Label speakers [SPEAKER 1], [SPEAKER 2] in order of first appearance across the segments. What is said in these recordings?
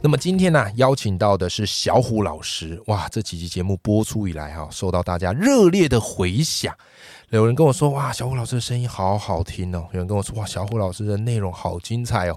[SPEAKER 1] 那么今天呢、邀请到的是小虎老师，哇，这几集节目播出以来哈、受到大家热烈的回响。有人跟我说，哇，小虎老师的声音好好听哦；有人跟我说，哇，小虎老师的内容好精彩哦；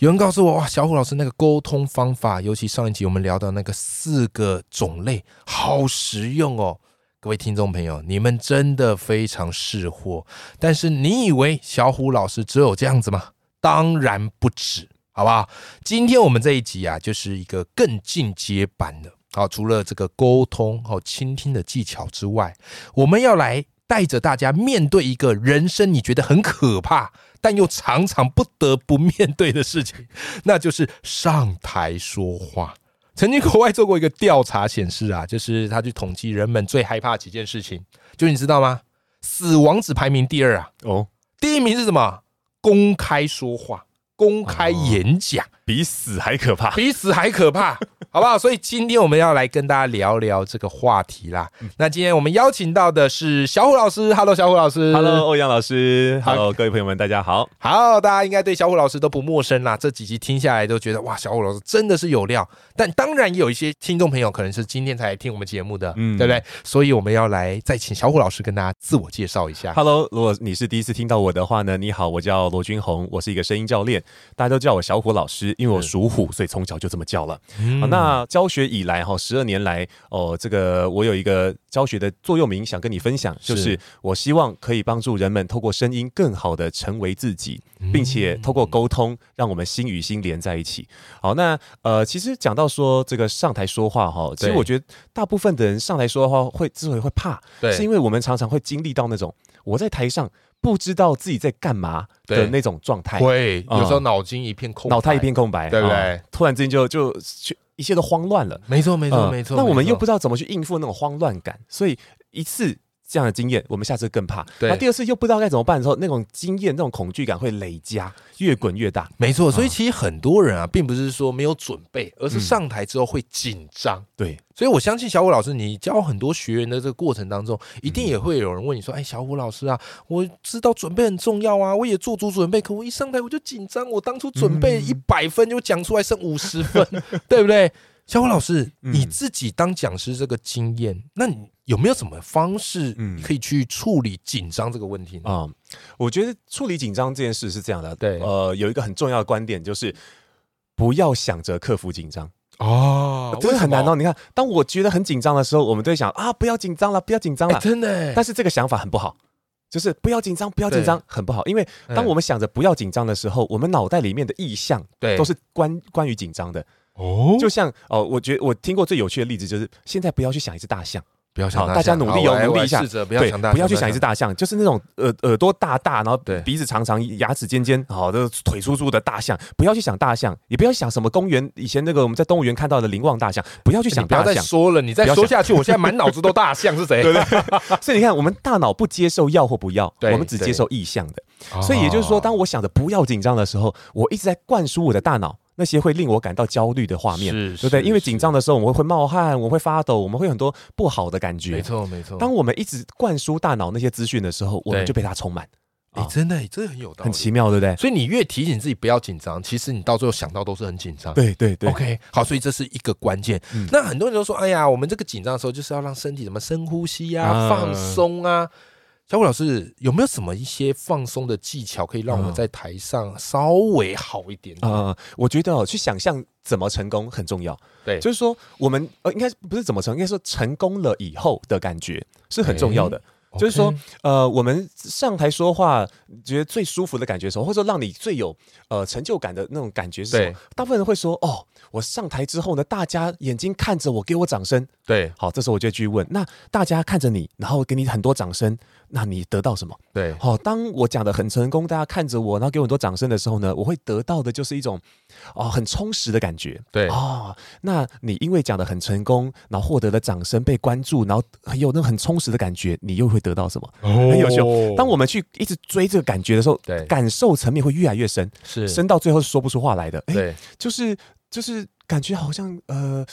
[SPEAKER 1] 有人告诉我，哇，小虎老师那个沟通方法，尤其上一集我们聊到那个四个种类，好实用哦。各位听众朋友，你们真的非常识货，但是你以为小虎老师只有这样子吗？当然不止，好不好？今天我们这一集啊，就是一个更进阶版的。好，除了这个沟通和倾听的技巧之外，我们要来带着大家面对一个人生你觉得很可怕，但又常常不得不面对的事情， 那就是上台说话。曾经国外做过一个调查显示啊，就是他去统计人们最害怕的几件事情，就你知道吗？死亡只排名第二啊，
[SPEAKER 2] 哦，
[SPEAKER 1] 第一名是什么？公开说话、公开演讲，
[SPEAKER 2] 比死还可怕。
[SPEAKER 1] 比死还可怕，好不好？所以今天我们要来跟大家聊聊这个话题啦。那今天我们邀请到的是小虎老师，Hello，小虎老师
[SPEAKER 2] Hello，欧阳老师，Hello，各位朋友们，大家好。
[SPEAKER 1] 好，大家应该对小虎老师都不陌生啦。这几集听下来都觉得哇，小虎老师真的是有料。但当然也有一些听众朋友可能是今天才来听我们节目的，
[SPEAKER 2] 嗯
[SPEAKER 1] 对不对？所以我们要来再请小虎老师跟大家自我介绍一下。
[SPEAKER 2] Hello，如果你是第一次听到我的话呢，你好，我叫罗君红，我是一个声音教练，大家都叫我小虎老师，因为我属虎，所以从小就这么叫了。
[SPEAKER 1] 嗯
[SPEAKER 2] 好，那教学以来哈，十二年来哦，这个我有一个教学的座右铭想跟你分享，就是是我希望可以帮助人们透过声音更好的成为自己，并且透过
[SPEAKER 1] 嗯
[SPEAKER 2] 沟通，让我们心与心连在一起。好，那呃，其实讲到说这个上台说话哈，其实
[SPEAKER 1] 对
[SPEAKER 2] 我觉得大部分的人上台说话会之所以会怕，
[SPEAKER 1] 对
[SPEAKER 2] 是因为我们常常会经历到那种我在台上不知道自己在干嘛
[SPEAKER 1] 对
[SPEAKER 2] 的那种状态，
[SPEAKER 1] 会有
[SPEAKER 2] 嗯
[SPEAKER 1] 时候脑筋一片空，
[SPEAKER 2] 脑袋一，片空白，
[SPEAKER 1] 对不对
[SPEAKER 2] 啊突然之间就就就一切都慌乱了。
[SPEAKER 1] 没错没错
[SPEAKER 2] 嗯
[SPEAKER 1] 没错。
[SPEAKER 2] 那我们又
[SPEAKER 1] 没
[SPEAKER 2] 不
[SPEAKER 1] 错
[SPEAKER 2] 知道怎么去应付那种慌乱感，所以一次这样的经验，我们下次更怕。
[SPEAKER 1] 对
[SPEAKER 2] 那第二次又不知道该怎么办的时候，那种经验、那种恐惧感会累加，越滚越大。
[SPEAKER 1] 没错，所以其实很多人啊，并不是说没有准备，而是上台之后会紧张。
[SPEAKER 2] 嗯对，
[SPEAKER 1] 所以我相信小虎老师，你教很多学员的这个过程当中，
[SPEAKER 2] 嗯
[SPEAKER 1] 一定也会有人问你说：“哎，小虎老师啊，我知道准备很重要啊，我也做足准备，可我一上台我就紧张，我当初准
[SPEAKER 2] 嗯
[SPEAKER 1] 备一百分，就讲出来剩五十分， 对不对？”小虎老师，
[SPEAKER 2] 嗯
[SPEAKER 1] 你自己当讲师这个经验，那你有没有什么方式
[SPEAKER 2] 嗯
[SPEAKER 1] 可以去处理紧张这个问题呢？
[SPEAKER 2] 啊、我觉得处理紧张这件事是这样的，
[SPEAKER 1] 对
[SPEAKER 2] 呃，有一个很重要的观点就是。不要想着克服紧张，
[SPEAKER 1] 哦
[SPEAKER 2] 真的很难哦。。你看，当我觉得很紧张的时候，我们都会想啊，不要紧张了，不要紧张
[SPEAKER 1] 为什么哎
[SPEAKER 2] 了。
[SPEAKER 1] 真的哎，
[SPEAKER 2] 但是这个想法很不好，就是不要紧张，不要紧张，很不好。因为当
[SPEAKER 1] 嗯
[SPEAKER 2] 我们想着不要紧张的时候，我们脑袋里面的意象
[SPEAKER 1] 对
[SPEAKER 2] 都是关关于紧张的。
[SPEAKER 1] 哦
[SPEAKER 2] 就像哦，我觉得我听过最有趣的例子就是，现在不要去想一只大象，
[SPEAKER 1] 不要想
[SPEAKER 2] 好大家努力
[SPEAKER 1] 有
[SPEAKER 2] 哦努力一下
[SPEAKER 1] 试着不
[SPEAKER 2] 不
[SPEAKER 1] 要想大，
[SPEAKER 2] 不要去想一只大象，就是那种耳耳朵大大，然后
[SPEAKER 1] 对
[SPEAKER 2] 鼻子长长，牙齿尖尖，好、这个腿粗粗的大象，不要去想大象，也不要去想什么公园以前那个我们在动物园看到的灵旺大象，不要去
[SPEAKER 1] 哎你
[SPEAKER 2] 想
[SPEAKER 1] 不要
[SPEAKER 2] 大
[SPEAKER 1] 再
[SPEAKER 2] 象。
[SPEAKER 1] 说了，你再
[SPEAKER 2] 不要
[SPEAKER 1] 说
[SPEAKER 2] 想
[SPEAKER 1] 下去，我现在满脑子都大象是谁？对
[SPEAKER 2] 所以你看，我们大脑不接受要或不要，
[SPEAKER 1] 对哦
[SPEAKER 2] 我们只接受意向的。
[SPEAKER 1] 对
[SPEAKER 2] 所以也就是说，当我想着不要紧张的时候，我一直在灌输我的大脑那些会令我感到焦虑的画面，
[SPEAKER 1] 是
[SPEAKER 2] 对不对？
[SPEAKER 1] 是
[SPEAKER 2] 因为紧张的时候，我们会冒汗，我们会发抖，我们会有很多不好的感
[SPEAKER 1] 没
[SPEAKER 2] 觉。
[SPEAKER 1] 错没错，
[SPEAKER 2] 当我们一直灌输大脑那些资讯的时候，我们
[SPEAKER 1] 对
[SPEAKER 2] 就被它充满，
[SPEAKER 1] 哎真的这很有道理，
[SPEAKER 2] 啊很奇妙，对不对？
[SPEAKER 1] 所以你越提醒自己不要紧张，其实你到最后想到都是很紧张。
[SPEAKER 2] 对对对
[SPEAKER 1] OK，好，所以这是一个关键。
[SPEAKER 2] 嗯
[SPEAKER 1] 那很多人都说，哎呀，我们这个紧张的时候就是要让身体什么深呼吸啊、
[SPEAKER 2] 啊
[SPEAKER 1] 放松啊。小虎老师有没有什么一些放松的技巧，可以让我们
[SPEAKER 2] 嗯
[SPEAKER 1] 在台上稍微好一点？点？
[SPEAKER 2] 啊、我觉得哦，去想象怎么成功很重要。
[SPEAKER 1] 对
[SPEAKER 2] 就是说我们呃，应该不是怎么成，应该说成功了以后的感觉是很重要的。就是说
[SPEAKER 1] OK，
[SPEAKER 2] 呃，我们上台说话觉得最舒服的感觉是什么，或者说让你最有呃成就感的那种感觉是什
[SPEAKER 1] 对
[SPEAKER 2] 么？大部分人会说，哦，我上台之后呢，大家眼睛看着我，给我掌声。
[SPEAKER 1] 对
[SPEAKER 2] 好，这时候我就去问，那大家看着你，然后给你很多掌声，那你得到什么？
[SPEAKER 1] 对，
[SPEAKER 2] 好、当我讲的很成功，大家看着我，然后给我很多掌声的时候呢，我会得到的就是一种哦很充实的感觉。
[SPEAKER 1] 对
[SPEAKER 2] 哦，那你因为讲的很成功，然后获得了掌声、被关注，然后很有那种很充实的感觉，你又会得到什么？
[SPEAKER 1] 很哦
[SPEAKER 2] 有趣当我们去一直追这个感觉的时候，
[SPEAKER 1] 对
[SPEAKER 2] 感受层面会越来越深，
[SPEAKER 1] 是
[SPEAKER 2] 深到最后是说不出话来的。哎，
[SPEAKER 1] 对
[SPEAKER 2] 就是就是感觉好像呃，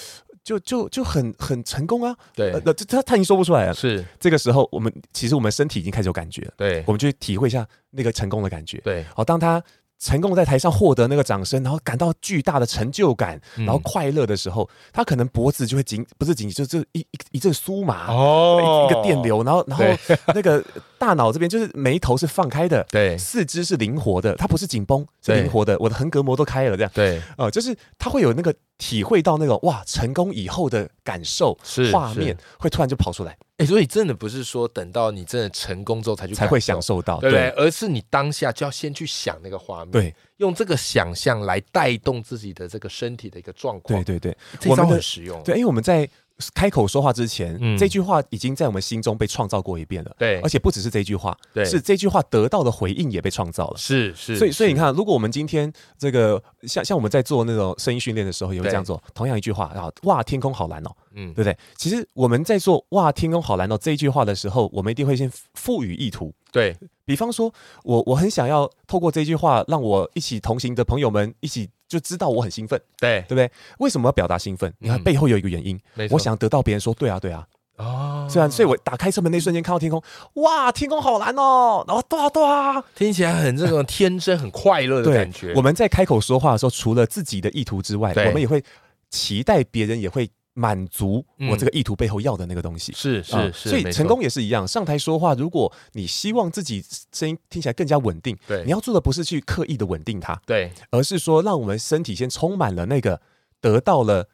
[SPEAKER 2] 就就就很很成功啊。
[SPEAKER 1] 对
[SPEAKER 2] 呃，那这他他已经说不出来了。
[SPEAKER 1] 是，
[SPEAKER 2] 这个时候，我们其实我们身体已经开始有感觉了。
[SPEAKER 1] 对
[SPEAKER 2] 我们去体会一下那个成功的感觉。
[SPEAKER 1] 对，
[SPEAKER 2] 好，当他成功在台上获得那个掌声，然后感到巨大的成就感，
[SPEAKER 1] 嗯
[SPEAKER 2] 然后快乐的时候，他可能脖子就会紧，不是紧，就就一一一阵酥麻。
[SPEAKER 1] 哦
[SPEAKER 2] 一一个电，流，然后然后
[SPEAKER 1] 对
[SPEAKER 2] 那个大脑这边就是眉头是放开的，
[SPEAKER 1] 对
[SPEAKER 2] 四肢是灵活的，它不是紧绷，是
[SPEAKER 1] 对嗯
[SPEAKER 2] 灵活的，我的横膈膜都开了，这样，
[SPEAKER 1] 对
[SPEAKER 2] 呃，就是他会有那个体会到那种哇成功以后的感受，
[SPEAKER 1] 是
[SPEAKER 2] 画
[SPEAKER 1] 是
[SPEAKER 2] 面会突然就跑出来，
[SPEAKER 1] 哎，所以真的不是说等到你真的成功之后才去
[SPEAKER 2] 才会
[SPEAKER 1] 感
[SPEAKER 2] 享，受到，
[SPEAKER 1] 对不对？而是你当下就要先去想那个画面，
[SPEAKER 2] 对，
[SPEAKER 1] 用这个想象来带动自己的这个身体的一个状况
[SPEAKER 2] 对，对对，
[SPEAKER 1] 这
[SPEAKER 2] 我
[SPEAKER 1] 招
[SPEAKER 2] 们的
[SPEAKER 1] 很实用，
[SPEAKER 2] 对，因为我们在开口说话之前，
[SPEAKER 1] 嗯
[SPEAKER 2] 这句话已经在我们心中被创造过一遍了。
[SPEAKER 1] 对
[SPEAKER 2] 而且不只是这句话，
[SPEAKER 1] 对
[SPEAKER 2] 是这句话得到的回应也被创造了。
[SPEAKER 1] 是是，
[SPEAKER 2] 所以，所以
[SPEAKER 1] 是
[SPEAKER 2] 你看，如果我们今天这个像像我们在做那种声音训练的时候，也会
[SPEAKER 1] 对
[SPEAKER 2] 这样做，同样一句话啊，哇，天空好蓝哦，
[SPEAKER 1] 嗯
[SPEAKER 2] 对不对？其实我们在做哇，天空好蓝哦这一句话的时候，我们一定会先赋予意图。
[SPEAKER 1] 对
[SPEAKER 2] 比方说，我我很想要透过这句话，让我一起同行的朋友们一起就知道我很兴奋，
[SPEAKER 1] 对
[SPEAKER 2] 对，不对？为什么要表达兴奋？你看
[SPEAKER 1] 嗯
[SPEAKER 2] 背后有一个原因，
[SPEAKER 1] 没错
[SPEAKER 2] 我想得到别人说对啊对啊，
[SPEAKER 1] 哦，
[SPEAKER 2] 虽然所以我打开车门那一瞬间看到天空，哇，天空好蓝哦，然后对啊对啊，
[SPEAKER 1] 听起来很这种天真、很快乐的感觉。
[SPEAKER 2] 我们在开口说话的时候，除了自己的意图之外，
[SPEAKER 1] 对
[SPEAKER 2] 我们也会期待别人也会满足我这个意图背后要的那个东西。
[SPEAKER 1] 是嗯是
[SPEAKER 2] 啊
[SPEAKER 1] 是，
[SPEAKER 2] 所以
[SPEAKER 1] 没错
[SPEAKER 2] 成功也是一样。上台说话，如果你希望自己声音听起来更加稳定，
[SPEAKER 1] 对
[SPEAKER 2] 你要做的不是去刻意的稳定它，
[SPEAKER 1] 对
[SPEAKER 2] 而是说让我们身体先充满了那个得到了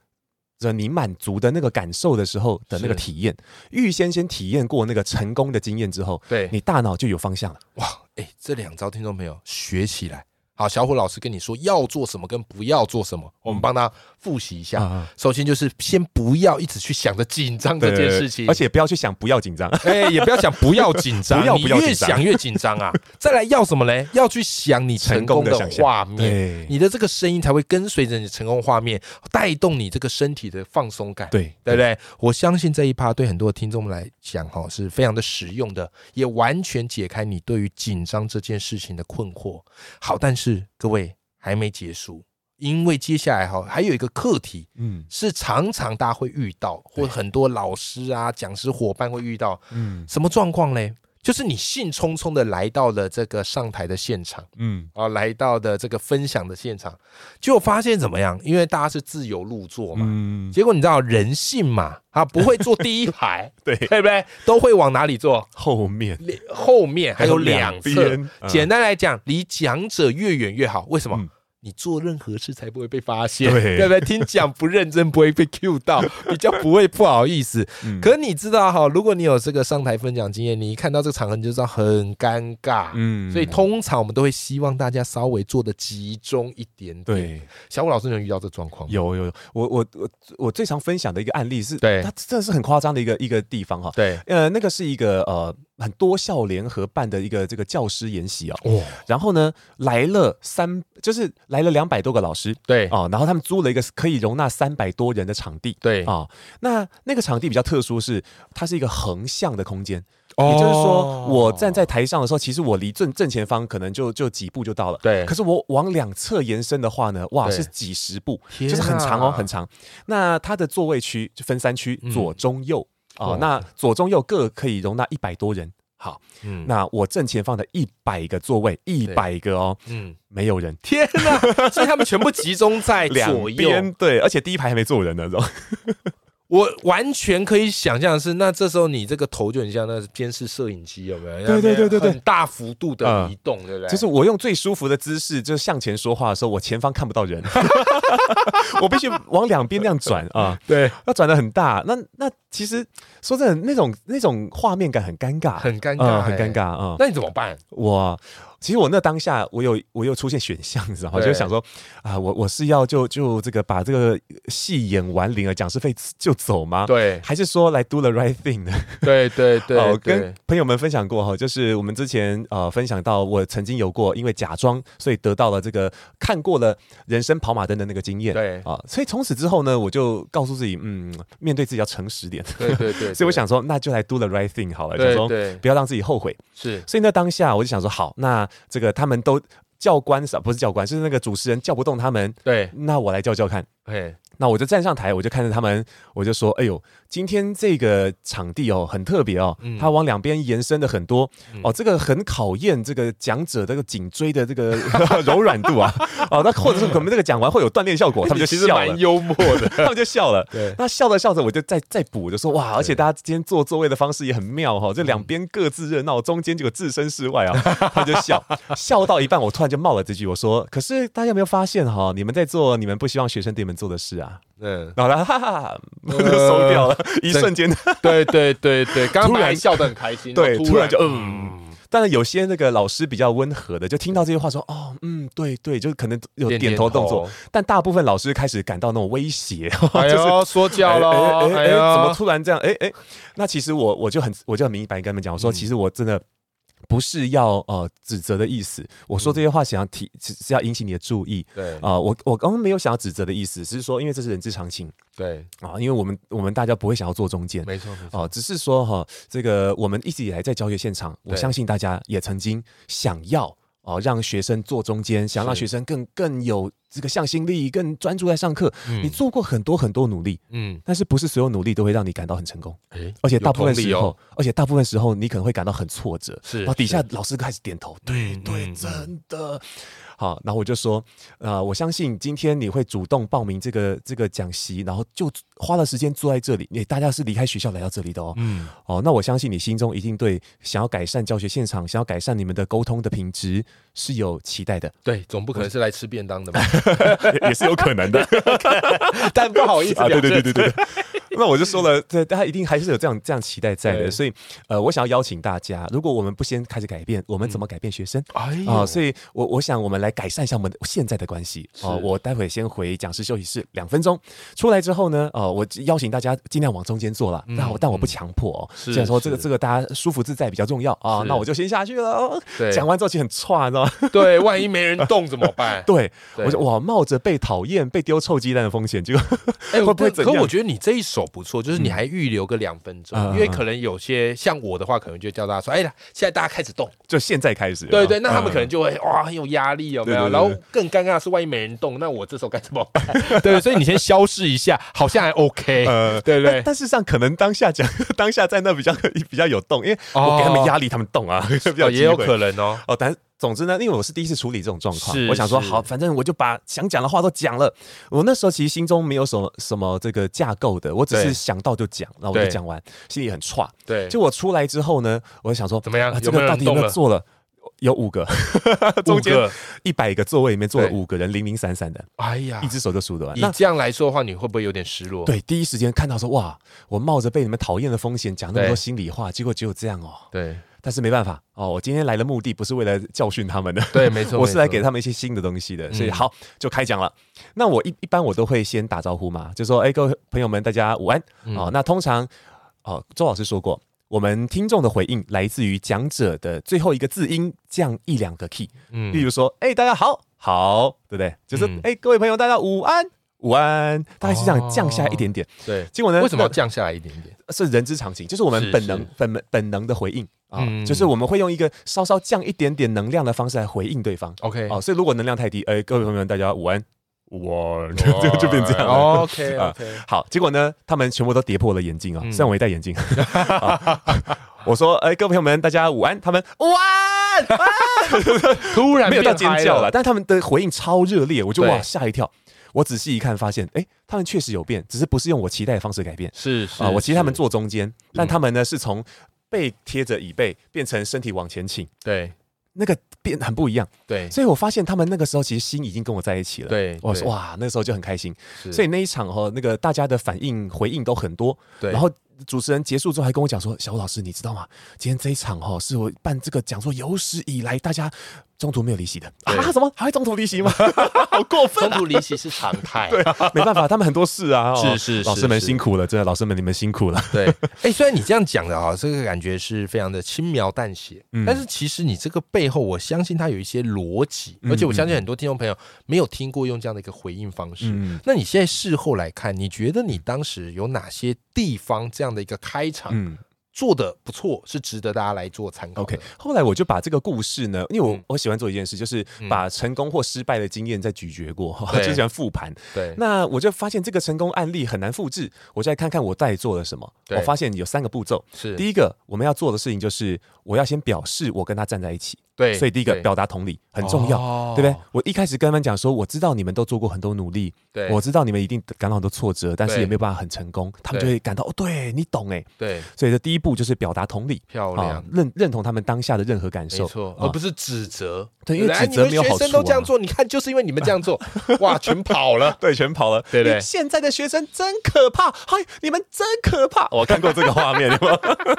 [SPEAKER 2] 着你满足的那个感受的时候的那个
[SPEAKER 1] 是
[SPEAKER 2] 体验，预先先体验过那个成功的经验之后，
[SPEAKER 1] 对，
[SPEAKER 2] 你大脑就有方向了。
[SPEAKER 1] 哇，哎、这两招听众朋友学起来。好，小虎老师跟你说要做什么跟不要做什
[SPEAKER 2] 嗯
[SPEAKER 1] 么，我们帮他复习一下。
[SPEAKER 2] 啊啊
[SPEAKER 1] 首先就是先不要一直去想着紧张这件事情，
[SPEAKER 2] 而且不要去想不要紧张。
[SPEAKER 1] 哎、也不要想不要紧张，
[SPEAKER 2] 不要
[SPEAKER 1] 你
[SPEAKER 2] 不要
[SPEAKER 1] 越
[SPEAKER 2] 紧张
[SPEAKER 1] 想越紧张 啊！再来要什么嘞？要去想你成功的
[SPEAKER 2] 成功的想象
[SPEAKER 1] 画面，
[SPEAKER 2] 对
[SPEAKER 1] 嗯你的这个声音才会跟随着你成功画面，带动你这个身体的放松感。
[SPEAKER 2] 对
[SPEAKER 1] 对不对？我相信这一趴对很多听众来讲，哈，是非常的实用的，也完全解开你对于紧张这件事情的困惑。好，但是各位还没结束，因为接下来哈还有一个课题
[SPEAKER 2] 嗯
[SPEAKER 1] 是常常大家会遇到，或
[SPEAKER 2] 对
[SPEAKER 1] 很多老师啊、讲师伙伴会遇到
[SPEAKER 2] 嗯
[SPEAKER 1] 什么状况嘞？就是你兴冲冲的来到了这个上台的现场。
[SPEAKER 2] 嗯，
[SPEAKER 1] 啊，来到的这个分享的现场，结果发现怎么样？因为大家是自由入座嘛，
[SPEAKER 2] 嗯，
[SPEAKER 1] 结果你知道人性嘛，啊，不会坐第一排，
[SPEAKER 2] 对，
[SPEAKER 1] 对不对？都会往哪里坐？
[SPEAKER 2] 后面
[SPEAKER 1] 里后面还有两
[SPEAKER 2] 还有
[SPEAKER 1] 侧
[SPEAKER 2] 两边。嗯
[SPEAKER 1] 简单来讲，离讲者越远越好。为什么？
[SPEAKER 2] 嗯
[SPEAKER 1] 你做任何事才不会被发现，
[SPEAKER 2] 对
[SPEAKER 1] 不对？听讲不认真不会被 Q 到，比较不会不好意思。
[SPEAKER 2] 嗯
[SPEAKER 1] 可你知道哈，如果你有这个上台分享经验，你一看到这个场合你就知道很尴尬。
[SPEAKER 2] 嗯
[SPEAKER 1] 所以通常我们都会希望大家稍微做的集中一点点。，
[SPEAKER 2] 对
[SPEAKER 1] 小武老师你有遇到这状况吗？
[SPEAKER 2] 有有有，我我我我最常分享的一个案例是，
[SPEAKER 1] 对
[SPEAKER 2] 它真的是很夸张的一个一个地方哈。
[SPEAKER 1] 对，
[SPEAKER 2] 呃，那个是一个呃很多校联合办的一个这个教师研习哦，
[SPEAKER 1] 哦，
[SPEAKER 2] 然后呢来了三就是来了两百多个老师
[SPEAKER 1] 对，
[SPEAKER 2] 哦，然后他们租了一个可以容纳三百多人的场地
[SPEAKER 1] 对，
[SPEAKER 2] 啊、哦，那那个场地比较特殊是它是一个横向的空间，
[SPEAKER 1] 也
[SPEAKER 2] 也就是说，我站在台上的时候，其实我离正正前方可能就就几步就到了。
[SPEAKER 1] 对
[SPEAKER 2] 可是我往两侧延伸的话呢，哇，
[SPEAKER 1] 对
[SPEAKER 2] 是几十步，就
[SPEAKER 1] 天啊
[SPEAKER 2] 是很长哦，很长。那它的座位区就分三区，
[SPEAKER 1] 嗯
[SPEAKER 2] 左、中、右
[SPEAKER 1] 哇
[SPEAKER 2] 哦。那左、中、右各可以容纳一百多人。好，
[SPEAKER 1] 嗯
[SPEAKER 2] 那我正前方的一百个座位，一百个哦，
[SPEAKER 1] 嗯，
[SPEAKER 2] 没 有人。
[SPEAKER 1] 天哪！所以他们全部集中在
[SPEAKER 2] 两
[SPEAKER 1] 左右
[SPEAKER 2] 边对，而且第一排还没坐人呢，知道吗
[SPEAKER 1] 我完全可以想象的是，那这时候你这个头就很像那是监视摄影机，有没有？
[SPEAKER 2] 对对对对啊对
[SPEAKER 1] 很大幅度的移动，对不对？
[SPEAKER 2] 就是我用最舒服的姿势，就是向前说话的时候，我前方看不到人， 我必须往两边那样转啊，
[SPEAKER 1] 对，
[SPEAKER 2] 要转的很大。那那其实说真的，那种那种画面感很尴尬，
[SPEAKER 1] 很尴
[SPEAKER 2] 啊
[SPEAKER 1] 尬，
[SPEAKER 2] 很尴
[SPEAKER 1] 欸。
[SPEAKER 2] 尬啊。
[SPEAKER 1] 那你怎么办？
[SPEAKER 2] 我其实我那当下，我有我有出现选项，你知道吗？
[SPEAKER 1] 对
[SPEAKER 2] 就想说啊，我我是要就就这个把这个戏演完领了讲师费就走吗？
[SPEAKER 1] 对
[SPEAKER 2] 还是说来 do the right thing 呢？
[SPEAKER 1] 对 对对
[SPEAKER 2] 哦，
[SPEAKER 1] 对
[SPEAKER 2] 跟朋友们分享过哈，就是我们之前呃分享到，我曾经有过因为假装，所以得到了这个看过了人生跑马灯的那个经验。
[SPEAKER 1] 对
[SPEAKER 2] 啊、所以从此之后呢，我就告诉自己，嗯，面对自己要诚实点。
[SPEAKER 1] 对对对，
[SPEAKER 2] 所以我想说，那就来 do the right thing 好了，
[SPEAKER 1] 对
[SPEAKER 2] 就说
[SPEAKER 1] 对
[SPEAKER 2] 不要让自己后悔。
[SPEAKER 1] 是
[SPEAKER 2] 所以那当下我就想说，好，那这个他们都教官是不是教官，就是那个主持人叫不动他们，
[SPEAKER 1] 对，
[SPEAKER 2] 那我来叫叫看。
[SPEAKER 1] 嘿，
[SPEAKER 2] 那我就站上台，我就看着他们，我就说：“哎呦，今天这个场地哦，很特别哦，
[SPEAKER 1] 嗯
[SPEAKER 2] 它往两边延伸的很多、哦，这个很考验这个讲者这个颈椎的这个 柔软度啊，哦，那或者是我们这个讲完会有锻炼效果，哦他们 就
[SPEAKER 1] 其实
[SPEAKER 2] 笑了。
[SPEAKER 1] 蛮。”幽默的
[SPEAKER 2] 他们就笑了
[SPEAKER 1] 对，
[SPEAKER 2] 那笑着笑着，我就再再补，我就说哇，而且大家今天坐座位的方式也很妙哈、哦，这两边各自热闹，中间这个置身事外啊，他就笑，笑到一半，我突然就冒了这句，我说，可是大家有没有发现哈、你们在做你们不希望学生对你们做的事啊？
[SPEAKER 1] 嗯，
[SPEAKER 2] 然后他哈哈哈，就收掉 了，一瞬间，
[SPEAKER 1] 对对对对，刚刚本来笑得很开心，
[SPEAKER 2] 对，突
[SPEAKER 1] 突
[SPEAKER 2] 然就
[SPEAKER 1] 嗯
[SPEAKER 2] 嗯。当然，有些那个老师比较温和的，就听到这些话说：“哦，嗯，对对，就是可能有
[SPEAKER 1] 点
[SPEAKER 2] 点头动 作。
[SPEAKER 1] 点头
[SPEAKER 2] 但大部分老师开始感到那种威胁，
[SPEAKER 1] 哎
[SPEAKER 2] 就是
[SPEAKER 1] 呦说教了，
[SPEAKER 2] 哎哎哎
[SPEAKER 1] 哎
[SPEAKER 2] 哎
[SPEAKER 1] 呦
[SPEAKER 2] 怎么突然这样？哎哎，那其实我我就很我就很明白跟他们讲，我说其实我真的。不是要呃指责的意思，我说这些话想要提是是要引起你的注意
[SPEAKER 1] 对
[SPEAKER 2] 啊、我我刚刚没有想要指责的意思，只是说因为这是人之常情
[SPEAKER 1] 对，
[SPEAKER 2] 啊、因为我们我们大家不会想要做中间，
[SPEAKER 1] 没错没错，
[SPEAKER 2] 哦，只是说哈、这个我们一直以来在教学现场，我
[SPEAKER 1] 对
[SPEAKER 2] 相信大家也曾经想要哦，让学生坐中间，想让
[SPEAKER 1] 是
[SPEAKER 2] 学生更更有这个向心力，更专注在上课。你做过很多很多努力，
[SPEAKER 1] 嗯，
[SPEAKER 2] 但是不是所有努力都会让你感到很成功？
[SPEAKER 1] 哎，
[SPEAKER 2] 而且大部分
[SPEAKER 1] 有同
[SPEAKER 2] 时
[SPEAKER 1] 理
[SPEAKER 2] 候，
[SPEAKER 1] 哦
[SPEAKER 2] 而且大部分时候你可能会感到很挫折，
[SPEAKER 1] 是
[SPEAKER 2] 然后底下
[SPEAKER 1] 是
[SPEAKER 2] 老师开始点头，对
[SPEAKER 1] 嗯
[SPEAKER 2] 对，
[SPEAKER 1] 嗯
[SPEAKER 2] 真的。好，然后我就说，呃，我相信今天你会主动报名这个这个讲习，然后就花了时间坐在这里，你大家是离开学校来到这里的哦，
[SPEAKER 1] 嗯，
[SPEAKER 2] 哦，那我相信你心中一定对想要改善教学现场，想要改善你们的沟通的品质是有期待的，
[SPEAKER 1] 对，总不可能是来吃便当 的吧？
[SPEAKER 2] 也也是有可能的。
[SPEAKER 1] 但不好意思
[SPEAKER 2] 啊，对
[SPEAKER 1] 表现，
[SPEAKER 2] 对对对对。那我就说了，对，大家一定还是有这样这样期待在
[SPEAKER 1] 对
[SPEAKER 2] 的，所以呃，我想要邀请大家，如果我们不先开始改变，我们怎么改变学生？
[SPEAKER 1] 哎呦，
[SPEAKER 2] 啊、
[SPEAKER 1] 啊，
[SPEAKER 2] 所以我我想我们来改善一下我们的现在的关系哦、
[SPEAKER 1] 是
[SPEAKER 2] 我待会先回讲师休息室两分钟，出来之后呢，哦、我邀请大家尽量往中间坐啦，那、我但我不强迫哦，
[SPEAKER 1] 嗯是
[SPEAKER 2] 虽然说这个
[SPEAKER 1] 是
[SPEAKER 2] 这个大家舒服自在比较重要啊、
[SPEAKER 1] 是
[SPEAKER 2] 那我就先下去了哦。
[SPEAKER 1] 对
[SPEAKER 2] 讲完之后其实很差，你知道吗？
[SPEAKER 1] 对，万一没人动怎么 办？
[SPEAKER 2] 对，
[SPEAKER 1] 对
[SPEAKER 2] 我就哇，冒着被讨厌、被丢臭鸡蛋的风险，结果
[SPEAKER 1] 哎，
[SPEAKER 2] 会不会
[SPEAKER 1] 可
[SPEAKER 2] 怎
[SPEAKER 1] 可
[SPEAKER 2] 样
[SPEAKER 1] 我觉得你这一手不错，就是你还预留个两分钟，
[SPEAKER 2] 嗯
[SPEAKER 1] 因为可能有些像我的话，可能就叫大家说，哎，来现在大家开始动，
[SPEAKER 2] 就现在开始了。
[SPEAKER 1] 对对，那他们
[SPEAKER 2] 嗯
[SPEAKER 1] 可能就会哇很有压力，有没有？
[SPEAKER 2] 对对对
[SPEAKER 1] 然后更尴尬的是，万一没人动，那我这时候该怎么 办？对，所以你先消逝一下，好像还 OK，
[SPEAKER 2] 呃
[SPEAKER 1] 哎对不对
[SPEAKER 2] 但？但事实上，可能当下讲，当下在那比较比较有动，因为我给他们压力，他们动啊， 比较
[SPEAKER 1] 哦也有
[SPEAKER 2] 能。
[SPEAKER 1] 可能哦，
[SPEAKER 2] 哦，但总之呢，因为我是第一次处理这种状况
[SPEAKER 1] 是，
[SPEAKER 2] 我想说
[SPEAKER 1] 是
[SPEAKER 2] 好，反正我就把想讲的话都讲了。我那时候其实心中没有什么什么这个架构的，我只
[SPEAKER 1] 对
[SPEAKER 2] 是想到就讲，那我就
[SPEAKER 1] 对
[SPEAKER 2] 讲完，心里很歘。
[SPEAKER 1] 对，
[SPEAKER 2] 就我出来之后呢，我就想说
[SPEAKER 1] 怎么样
[SPEAKER 2] 啊
[SPEAKER 1] 有
[SPEAKER 2] 这
[SPEAKER 1] 没有
[SPEAKER 2] 个
[SPEAKER 1] 人
[SPEAKER 2] 到底有没
[SPEAKER 1] 动
[SPEAKER 2] 有
[SPEAKER 1] 了
[SPEAKER 2] 做了？有五 个，中间一百个座位里面坐了
[SPEAKER 1] 对
[SPEAKER 2] 五个人，零零散散的，
[SPEAKER 1] 哎呀
[SPEAKER 2] 一，只手就数得完。
[SPEAKER 1] 以
[SPEAKER 2] 那
[SPEAKER 1] 这样来说的话，你会不会有点失落？，
[SPEAKER 2] 对，第一时间看到说哇，我冒着被你们讨厌的风险讲那么
[SPEAKER 1] 对
[SPEAKER 2] 多心里话，结果只有这样哦。
[SPEAKER 1] 对，
[SPEAKER 2] 但是没办法哦，我今天来的目的不是为了教训他们 的，
[SPEAKER 1] 对没错
[SPEAKER 2] 我是来
[SPEAKER 1] 没错
[SPEAKER 2] 给他们一些新的东西
[SPEAKER 1] 嗯
[SPEAKER 2] 的，所以好就开讲了。那我一一般我都会先打招呼嘛，就说哎、各位朋友们，大家午安
[SPEAKER 1] 嗯
[SPEAKER 2] 哦。那通常哦，周老师说过，我们听众的回应来自于讲者的最后一个字音降一两个 key，
[SPEAKER 1] 嗯
[SPEAKER 2] 例如说哎、大家好，好，对不对？就是哎、
[SPEAKER 1] 嗯哦
[SPEAKER 2] 各位朋友，大家午安。午安，大概是这样降下一点点。
[SPEAKER 1] 对，
[SPEAKER 2] 结果呢？
[SPEAKER 1] 为什么要
[SPEAKER 2] 那
[SPEAKER 1] 降下来一点点？
[SPEAKER 2] 是人之常情，就是我
[SPEAKER 1] 是
[SPEAKER 2] 们本能
[SPEAKER 1] 是、
[SPEAKER 2] 本本能的回应啊，
[SPEAKER 1] 嗯
[SPEAKER 2] 就是我们会用一个稍稍降一点点能量的方式来回应对方。
[SPEAKER 1] OK
[SPEAKER 2] 哦， 所以如果能量太低，哎，各位朋友们，大家午安，午安，就就
[SPEAKER 1] 哦
[SPEAKER 2] 就变这样了。
[SPEAKER 1] OK
[SPEAKER 2] 啊
[SPEAKER 1] OK，
[SPEAKER 2] 好，结果呢，他们全部都跌破了眼镜啊、
[SPEAKER 1] 嗯
[SPEAKER 2] 虽然我也戴眼 镜。啊我说，哎，各位朋友们，大家午安。他们午 安，啊
[SPEAKER 1] 突然
[SPEAKER 2] 没有到
[SPEAKER 1] 变
[SPEAKER 2] 尖
[SPEAKER 1] 嗨
[SPEAKER 2] 叫了，，但他们的回应超热烈，我就
[SPEAKER 1] 对
[SPEAKER 2] 哇吓一跳。我仔细一看，发现哎、诶他们确实有变，只是不是用我期待的方式改变
[SPEAKER 3] 是是
[SPEAKER 2] 啊、我期待他们
[SPEAKER 3] 是
[SPEAKER 2] 坐中间，但他们呢是从背贴着椅背变成身体往前倾，
[SPEAKER 1] 对
[SPEAKER 2] 那个变很不一样。
[SPEAKER 1] 对
[SPEAKER 2] 所以我发现他们那个时候其实心已经跟我在一起了。
[SPEAKER 1] 对，
[SPEAKER 2] 我说哇，那时候就很开心，
[SPEAKER 1] 哇
[SPEAKER 2] 所以那一场哦，那个大家的反应回应都很多，
[SPEAKER 1] 对，
[SPEAKER 2] 然后主持人结束之后还跟我讲说：“小吴老师，你知道吗？今天这一场哈、哦，是我办这个讲座有史以来大家中途没有离席的
[SPEAKER 1] 对
[SPEAKER 2] 啊？什么还会中途离席吗？好过分！
[SPEAKER 3] 中途离席是常 态，对，
[SPEAKER 2] 没办法，他们很多事啊。哦
[SPEAKER 3] 是是
[SPEAKER 2] 老师们
[SPEAKER 3] 是
[SPEAKER 2] 辛苦了，真的，老师们你们辛苦了。
[SPEAKER 1] 对，哎、虽然你这样讲的啊，这个感觉是非常的轻描淡写，
[SPEAKER 2] 嗯
[SPEAKER 1] 但是其实你这个背后，我相信它有一些逻辑，
[SPEAKER 2] 嗯
[SPEAKER 1] 而且我相信很多听众朋友没有听过用这样的一个回应方式。
[SPEAKER 2] 嗯
[SPEAKER 1] 那你现在事后来看，你觉得你当时有哪些地方这样的一个开场、
[SPEAKER 2] 嗯
[SPEAKER 1] 做的不错，是值得大家来做参考的
[SPEAKER 2] ，OK。后来我就把这个故事呢，因为我、
[SPEAKER 1] 嗯
[SPEAKER 2] 我喜欢做一件事，就是把成功或失败的经验再咀嚼过，
[SPEAKER 1] 对
[SPEAKER 2] 就喜欢复盘。
[SPEAKER 1] 对，
[SPEAKER 2] 那我就发现这个成功案例很难复制，我再看看我到底做了什么。
[SPEAKER 1] 对
[SPEAKER 2] 我发现有三个步骤。
[SPEAKER 1] 是
[SPEAKER 2] 第一个，我们要做的事情就是，我要先表示我跟他站在一起。
[SPEAKER 1] 对，
[SPEAKER 2] 所以第一个
[SPEAKER 1] 对
[SPEAKER 2] 表达同理很重要，
[SPEAKER 1] 哦
[SPEAKER 2] 对不对？我一开始跟他们讲说，我知道你们都做过很多努力，
[SPEAKER 1] 对，
[SPEAKER 2] 我知道你们一定感到很多挫折，但是
[SPEAKER 1] 对
[SPEAKER 2] 也没有办法很成功，他们就
[SPEAKER 1] 对
[SPEAKER 2] 会感到哦，对你懂哎。
[SPEAKER 1] 对
[SPEAKER 2] 所以这第一步就是表达同理，
[SPEAKER 1] 漂亮。
[SPEAKER 2] 认认同他们当下的任何感
[SPEAKER 1] 没
[SPEAKER 2] 受，
[SPEAKER 1] 错，
[SPEAKER 2] 啊
[SPEAKER 1] 而不是指责。
[SPEAKER 2] 对因为
[SPEAKER 1] 来
[SPEAKER 2] 指责
[SPEAKER 1] 你们
[SPEAKER 2] 没有好
[SPEAKER 1] 学生
[SPEAKER 2] 处
[SPEAKER 1] 都这样
[SPEAKER 2] 啊
[SPEAKER 1] 做，你看，就是因为你们这 样做，哇，全跑了。
[SPEAKER 2] 对，全跑了。
[SPEAKER 1] 对对
[SPEAKER 2] 你现在的学生真可怕，嗨，你们真可怕。 我看过这个画面，有没有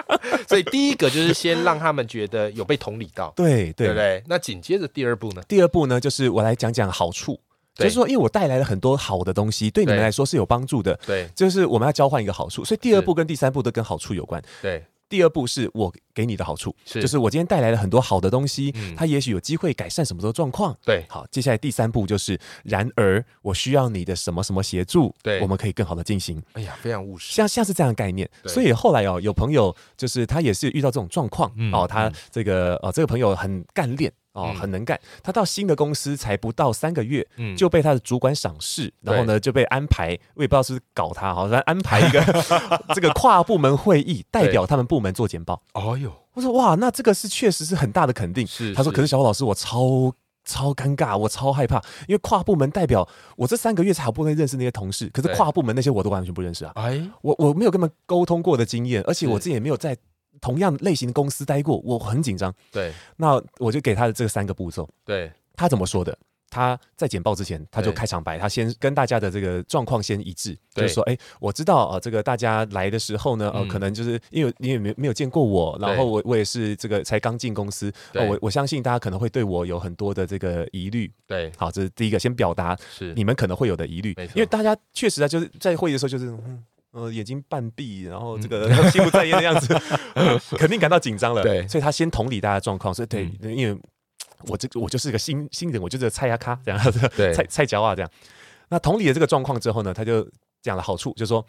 [SPEAKER 1] 所以第一个就是先让他们觉得有被同理到，
[SPEAKER 2] 对
[SPEAKER 1] 对
[SPEAKER 2] 对
[SPEAKER 1] 不对？那紧接着第二步呢？
[SPEAKER 2] 第二步呢，就是我来讲讲好处，就
[SPEAKER 1] 对
[SPEAKER 2] 是说，因为我带来了很多好的东西，对你们
[SPEAKER 1] 对
[SPEAKER 2] 来说是有帮助的。
[SPEAKER 1] 对
[SPEAKER 2] 就是我们要交换一个好处，所以第二
[SPEAKER 1] 是
[SPEAKER 2] 步跟第三步都跟好处有关。
[SPEAKER 1] 对
[SPEAKER 2] 第二步是我给你的好处，
[SPEAKER 1] 是
[SPEAKER 2] 就是我今天带来了很多好的东西，
[SPEAKER 1] 嗯
[SPEAKER 2] 它也许有机会改善什么的状况。
[SPEAKER 1] 对
[SPEAKER 2] 好，接下来第三步就是，然而我需要你的什么什么协助，
[SPEAKER 1] 对
[SPEAKER 2] 我们可以更好的进行，
[SPEAKER 1] 哎呀，非常务实。
[SPEAKER 2] 像像是这样的概念。
[SPEAKER 1] 对
[SPEAKER 2] 所以后来哦，有朋友就是他也是遇到这种状况、
[SPEAKER 1] 嗯
[SPEAKER 2] 哦，他这个哦这个朋友很干练哦，
[SPEAKER 1] 嗯
[SPEAKER 2] 很能干，他到新的公司才不到三个月，
[SPEAKER 1] 嗯
[SPEAKER 2] 就被他的主管赏识，然后呢就被安排，我也不知道是不是搞他，好像安排一 个这个跨部门会议，代表他们部门做简报。
[SPEAKER 1] 哦哟，
[SPEAKER 2] 我说哇，那这个是确实是很大的肯定。
[SPEAKER 1] 是
[SPEAKER 2] 他说，
[SPEAKER 1] 是
[SPEAKER 2] 可是小虎老师，我超超尴尬，我超害怕，因为跨部门代表我这三个月才好不容易认识那些同事，可是
[SPEAKER 1] 对
[SPEAKER 2] 跨部门那些我都完全不认识啊，
[SPEAKER 1] 哎，
[SPEAKER 2] 我我没有跟他们沟通过的经验，而且我
[SPEAKER 1] 是
[SPEAKER 2] 自己也没有在同样类型的公司待过，我很紧张。
[SPEAKER 1] 对
[SPEAKER 2] 那我就给他的这三个步骤，
[SPEAKER 1] 对
[SPEAKER 2] 他怎么说的？他在简报之前，他就
[SPEAKER 1] 对
[SPEAKER 2] 开场白，他先跟大家的这个状况先一致，就
[SPEAKER 1] 对
[SPEAKER 2] 是说，哎、我知道啊、呃这个大家来的时候呢，呃，
[SPEAKER 1] 嗯
[SPEAKER 2] 可能就是因为你也没没有见过我，然后我我也是这个才刚进公司，呃
[SPEAKER 1] 对
[SPEAKER 2] 我我相信大家可能会对我有很多的这个疑虑。
[SPEAKER 1] 对，
[SPEAKER 2] 好，这是第一个，先表达
[SPEAKER 1] 是
[SPEAKER 2] 你们可能会有的疑虑
[SPEAKER 1] 没，错
[SPEAKER 2] 因为大家确实啊，就是在会议的时候就是。嗯呃，眼睛半闭，然后这个 心不在焉的样 子，肯定感到紧张了。
[SPEAKER 1] 嗯对嗯
[SPEAKER 2] 所以他先同理大家的状况，所以对，因为我这我就是个新新人，我就是个菜呀咖这样 子，
[SPEAKER 1] 对
[SPEAKER 2] 菜菜椒啊这样。那同理了这个状况之后呢，他就讲了好处，就说。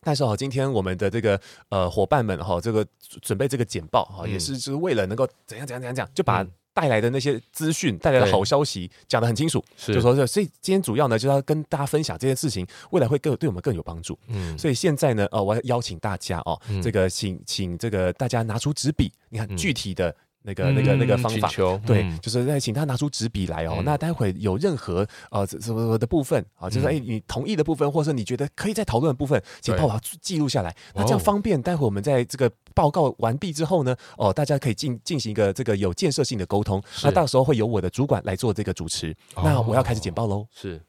[SPEAKER 2] 但是哦，今天我们的这个呃伙伴们哈、这个准备这个简报哈、
[SPEAKER 1] 嗯
[SPEAKER 2] 也是就是为了能够怎样怎样怎样怎样，就把
[SPEAKER 1] 嗯
[SPEAKER 2] 带来的那些资讯、带来的
[SPEAKER 1] 对
[SPEAKER 2] 好消息讲得很清楚。
[SPEAKER 1] 是
[SPEAKER 2] 就说这，所以今天主要呢，就是要跟大家分享这些事情，未来会更对我们更有帮助。
[SPEAKER 1] 嗯
[SPEAKER 2] 所以现在呢，呃，我要邀请大家哦，
[SPEAKER 1] 嗯
[SPEAKER 2] 这个请请这个大家拿出纸笔，你看
[SPEAKER 1] 嗯
[SPEAKER 2] 具体的那个、那个那个方法。
[SPEAKER 1] 求
[SPEAKER 2] 对，就是在请他拿出纸笔来哦。
[SPEAKER 1] 嗯
[SPEAKER 2] 那待会有任何呃什什么什么的部分啊，就是
[SPEAKER 1] 嗯
[SPEAKER 2] 哎、你同意的部分，或是你觉得可以再讨论的部分，请
[SPEAKER 1] 对
[SPEAKER 2] 帮我把它记录下来。那这
[SPEAKER 1] 哦
[SPEAKER 2] 样方便待会我们在这个报告完毕之后呢，哦，大家可以进进行一个这个有建设性的沟通。那到时候会由我的主管来做这个主持。
[SPEAKER 1] 哦
[SPEAKER 2] 那我要开始简报喽。
[SPEAKER 1] 是，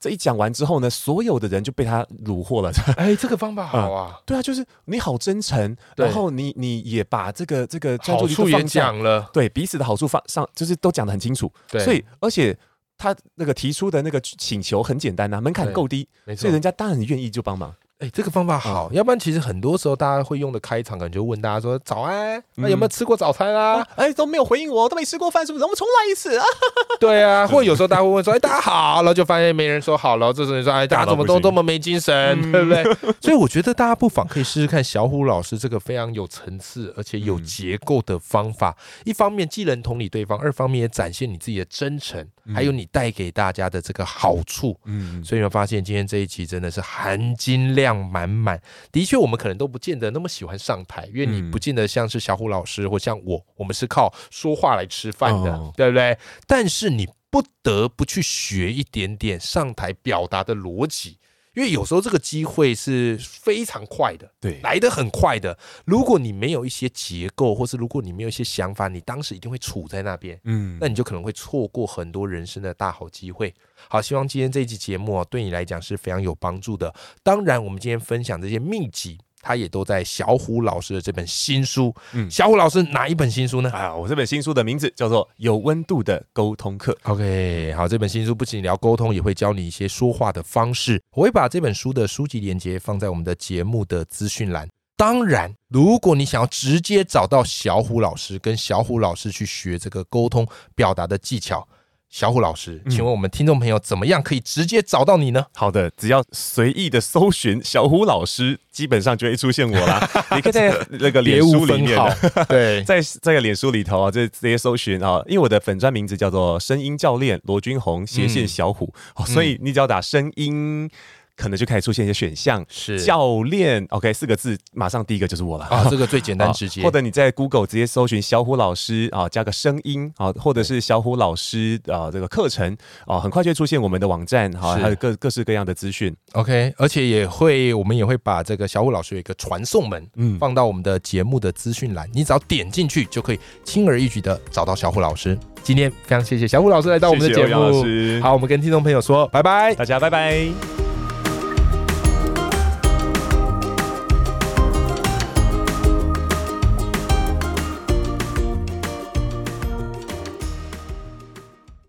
[SPEAKER 2] 这一讲完之后呢，所有的人就被他虏 获了。
[SPEAKER 1] 哎，这个方法好啊，
[SPEAKER 2] 对啊，就是你好真诚，
[SPEAKER 1] 对
[SPEAKER 2] 然后你你也把这个这个专
[SPEAKER 1] 好
[SPEAKER 2] 注力都
[SPEAKER 1] 处也
[SPEAKER 2] 放下
[SPEAKER 1] 讲了，
[SPEAKER 2] 对彼此的好处放上，就是都讲得很清楚。
[SPEAKER 1] 对，
[SPEAKER 2] 所以而且他那个提出的那个请求很简单呐、门槛
[SPEAKER 1] 对
[SPEAKER 2] 够低，
[SPEAKER 1] 没
[SPEAKER 2] 所
[SPEAKER 1] 错
[SPEAKER 2] 以。人嗯家当然很愿意就帮忙。
[SPEAKER 1] 哎，这个方法好，要不然其实很多时候大家会用的开场，可能就问大家说早安，那有没有吃过早餐啊？
[SPEAKER 2] 哎、都没有回应我，都没吃过饭，是不是？我们重来一次啊！
[SPEAKER 1] 对啊，或者有时候大家会问说：“哎，大家好。”然后就发现没人说好，然后这时候你说：“哎，大家怎么
[SPEAKER 2] 大家
[SPEAKER 1] 都
[SPEAKER 2] 都不嗯行
[SPEAKER 1] 这么没精神，对不 对？”所以我觉得大家不妨可以试试看小虎老师这个非常有层次而且有
[SPEAKER 2] 嗯
[SPEAKER 1] 结构的方法。一方面既能同理对方，二方面也展现你自己的真诚，还有你带给大家的这个好处。
[SPEAKER 2] 嗯，
[SPEAKER 1] 所以你会发现今天这一集真的是含金量满满。的确，我们可能都不见得那么喜欢上台，因为你
[SPEAKER 2] 嗯
[SPEAKER 1] 不见得像是小虎老师或像我，我们是靠说话来吃饭的，
[SPEAKER 2] 哦
[SPEAKER 1] 对不对？但是你不得不去学一点点上台表达的逻辑，因为有时候这个机会是非常快的，
[SPEAKER 2] 对
[SPEAKER 1] 来得很快的。如果你没有一些结构，或是如果你没有一些想法，你当时一定会处在那边。
[SPEAKER 2] 嗯
[SPEAKER 1] 那你就可能会错过很多人生的大好机会。好，希望今天这一期节目、哦、对你来讲是非常有帮助的。当然，我们今天分享这些秘籍，它也都在小虎老师的这本新书。
[SPEAKER 2] 嗯
[SPEAKER 1] 小虎老师哪一本新书呢？
[SPEAKER 2] 啊，我这本新书的名字叫做《有温度的沟通课》。
[SPEAKER 1] OK，好，这本新书不仅聊沟通，也会教你一些说话的方式。我会把这本书的书籍链接放在我们的节目的资讯栏。当然，如果你想要直接找到小虎老师，跟小虎老师去学这个沟通表达的技巧，小虎老师，
[SPEAKER 2] 嗯
[SPEAKER 1] 请问我们听众朋友怎么样可以直接找到你呢？
[SPEAKER 2] 好的，只要随意的搜寻小虎老师，基本上就会出现我 啦。你可以在那个脸书里面，啊
[SPEAKER 1] 对，
[SPEAKER 2] 在这个脸书里头啊，这这些搜寻啊，因为我的粉专名字叫做声音教练罗君红斜
[SPEAKER 1] 嗯
[SPEAKER 2] 线小虎，哦，所以你只要打声音，可能就开始出现一些选项。
[SPEAKER 1] 是
[SPEAKER 2] 教练，OK，四个字，马上第一个就是我了。
[SPEAKER 1] 啊，这个最简单直接
[SPEAKER 2] 啊或。者你在 Google 直接搜寻小虎老师啊，加个声音啊，或者是小虎老师啊这个课程啊，很快就会出现我们的网站哈、啊，
[SPEAKER 1] 是
[SPEAKER 2] 还有各各式各样的资讯。
[SPEAKER 1] OK，而且也会，我们也会把这个小虎老师有一个传送门，嗯，
[SPEAKER 2] 嗯
[SPEAKER 1] 放到我们的节目的资讯栏，你只要点进去就可以轻而易举的找到小虎老师。今天非常谢谢小虎老师来到我们的
[SPEAKER 2] 谢谢
[SPEAKER 1] 节
[SPEAKER 2] 欧阳
[SPEAKER 1] 目，
[SPEAKER 2] 老师
[SPEAKER 1] 好，我们跟听众朋友说拜拜。
[SPEAKER 2] 大家拜拜。